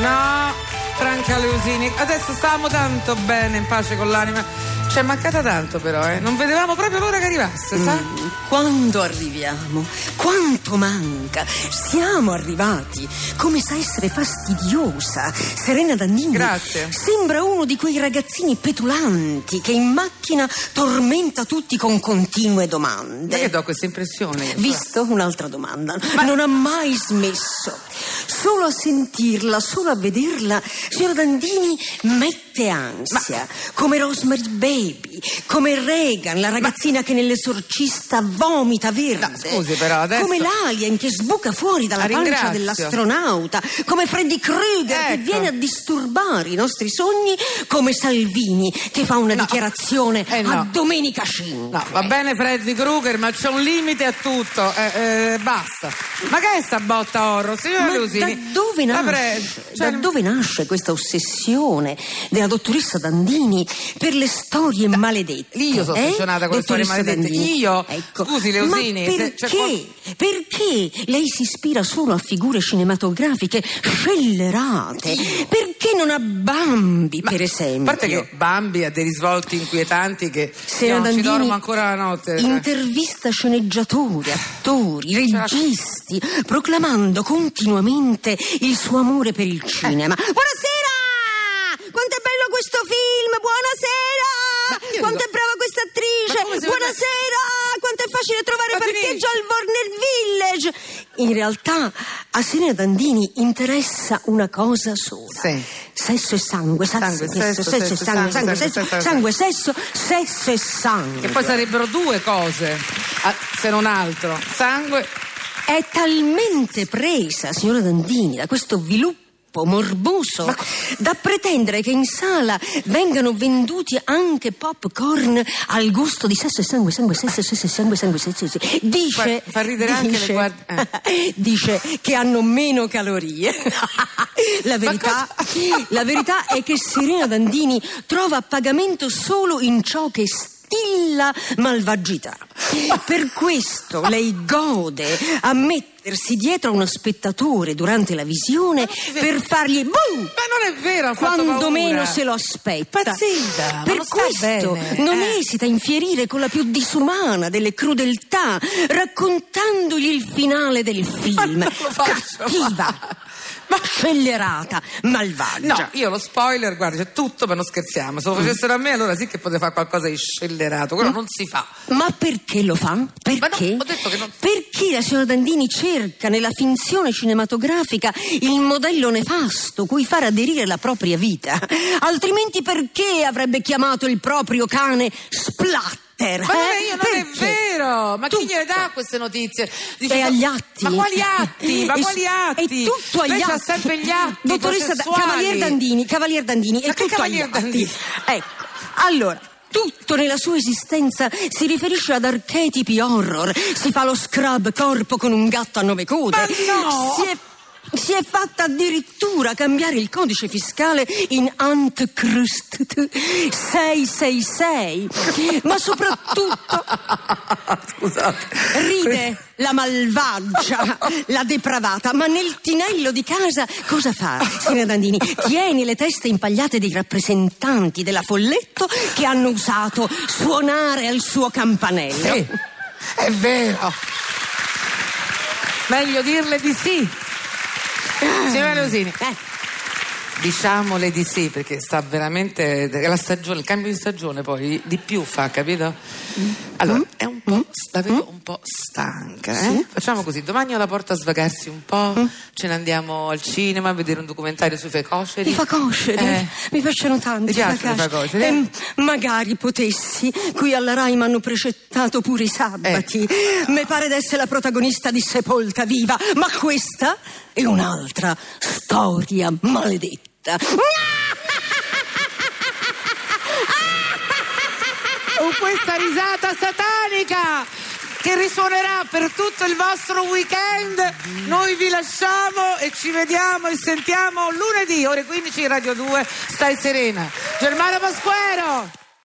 No, Franca Leusini. Adesso stavamo tanto bene, in pace con l'anima. Ci è mancata tanto però, eh. Non vedevamo proprio l'ora che arrivasse, sa? Mm. Quando arriviamo? Quanto manca? Siamo arrivati. Come sa essere fastidiosa, Serena Dandini. Grazie. Sembra uno di quei ragazzini petulanti che in macchina tormenta tutti con continue domande. Perché do questa impressione? Cioè, io? Visto un'altra domanda. Non ha mai smesso. Solo a sentirla, solo a vederla, signora Dandini mette ansia. Come Rosemary Baby, come Reagan, la ragazzina che nell'esorcista vomita verde. scusi, però, adesso- Come l'alien che sbuca fuori dalla La pancia ringrazio. dell'astronauta. Come Freddy Krueger che Ecco. viene a disturbare i nostri sogni. Come Salvini che fa una No. dichiarazione Eh, no. a Domenica 5. No, va bene Freddy Krueger, ma c'è un limite a tutto. Eh, eh, basta. Ma che è sta botta oro, signora Ma da Leusini? dove, La nasce, pre- da cioè- dove nasce questa ossessione della dottoressa Dandini per le storie maledette? io sono eh? ossessionata con le storie Dottoressa maledette. Dandini. Io? Ecco. Scusi, Leusini, Ma se- perché? cioè, qual- Perché lei si ispira solo a figure cinematografiche scellerate? Perché non a Bambi, per esempio? A parte che Bambi ha dei risvolti inquietanti che io Serena non ci Dandini dormo ancora la notte. eh. cioè. Intervista sceneggiatori, attori, registi, proclamando continuamente il suo amore per il cinema. Eh. Buonasera! Quanto è bello questo film! Ma io Buonasera! Quanto dico- è brava questa Ma come se- attrice! Buonasera! Quanto è facile trovare Ma finisci. parcheggio al Warner Village! In realtà a Serena Dandini interessa una cosa sola. Sì. Sesso e sangue, Sangue, sangue, sesso, sesso, sesso, e sesso, sangue, sangue, sangue, sesso, sesso, sangue. sangue sangue, sesso, sesso e sangue. Che poi sarebbero due cose, ah, se non altro. Sangue. È talmente presa, signora Dandini, da questo viluppo morboso da pretendere che in sala vengano venduti anche popcorn al gusto di sesso e sangue, sangue, sesso, sesso, e sangue, sangue, sesso. e sangue. Dice, Fa- fa ridere anche le eh. dice, guard- dice che hanno meno calorie. la, verità, la verità è che Serena Dandini trova pagamento solo in ciò che stilla malvagità. Per questo lei gode a mettersi dietro a uno spettatore durante la visione per fargli boom! Ma non è vero, ha fatto Quando paura. meno se lo aspetta. Pazzita, ma per non sta questo bene, non eh. esita a infierire con la più disumana delle crudeltà, raccontandogli il finale del film. lo faccio. Cattiva, scellerata, malvagia. No, io lo spoiler, guarda, c'è tutto, ma non scherziamo. Se lo facessero a me, allora sì che poteva fare qualcosa di scellerato. Quello non si fa. Ma perché lo fa? Perché? ho detto che non- Perché la signora Dandini cerca nella finzione cinematografica il modello nefasto cui far aderire la propria vita? Altrimenti perché avrebbe chiamato il proprio cane Splatter? Ma non è, eh? io- non è Perché? vero! Ma chi Tutto. gliele dà queste notizie? Dice, ma- E Cioè, agli atti. Ma quali atti? Ma E- quali atti? E tutto agli Lei c'ha atti. sempre gli atti. Dottoressa, Da- processuali. Cavalier Dandini, Cavalier Dandini, Ma è che tutto agli Cavalier atti. Dandini? Ecco, allora. Tutto nella sua esistenza si riferisce ad archetipi horror. Si fa lo scrub corpo con un gatto a nove code. Ma no! Si è si è fatta addirittura cambiare il codice fiscale in Antichrist 666, ma soprattutto Ride la malvagia, la depravata, ma nel tinello di casa cosa fa, signora Dandini? Tieni le teste impagliate dei rappresentanti della Folletto che hanno usato suonare al suo campanello. Sì, è vero. Meglio dirle di sì. Signora Rosini, Eh, Mm. diciamole di sì perché sta veramente è la stagione, il cambio di stagione poi di più fa, capito? Mm. Allora, è un po', la vedo un po' stanca, eh? Facciamo così, domani io la porto a svagarsi un po', ce ne andiamo al cinema a vedere un documentario sui fecoceri. mi fa coscere, Eh. mi piacciono tanti. Ti piacciono i facasci. facosceri, eh? Ehm, magari potessi, qui alla Rai mi hanno precettato pure i sabati. Eh. Mi pare d'essere la protagonista di Sepolta Viva, ma questa è un'altra storia maledetta. con questa risata satanica che risuonerà per tutto il vostro weekend. Noi vi lasciamo e ci vediamo e sentiamo lunedì ore 15 Radio 2. Stai serena. Germano Pasquero.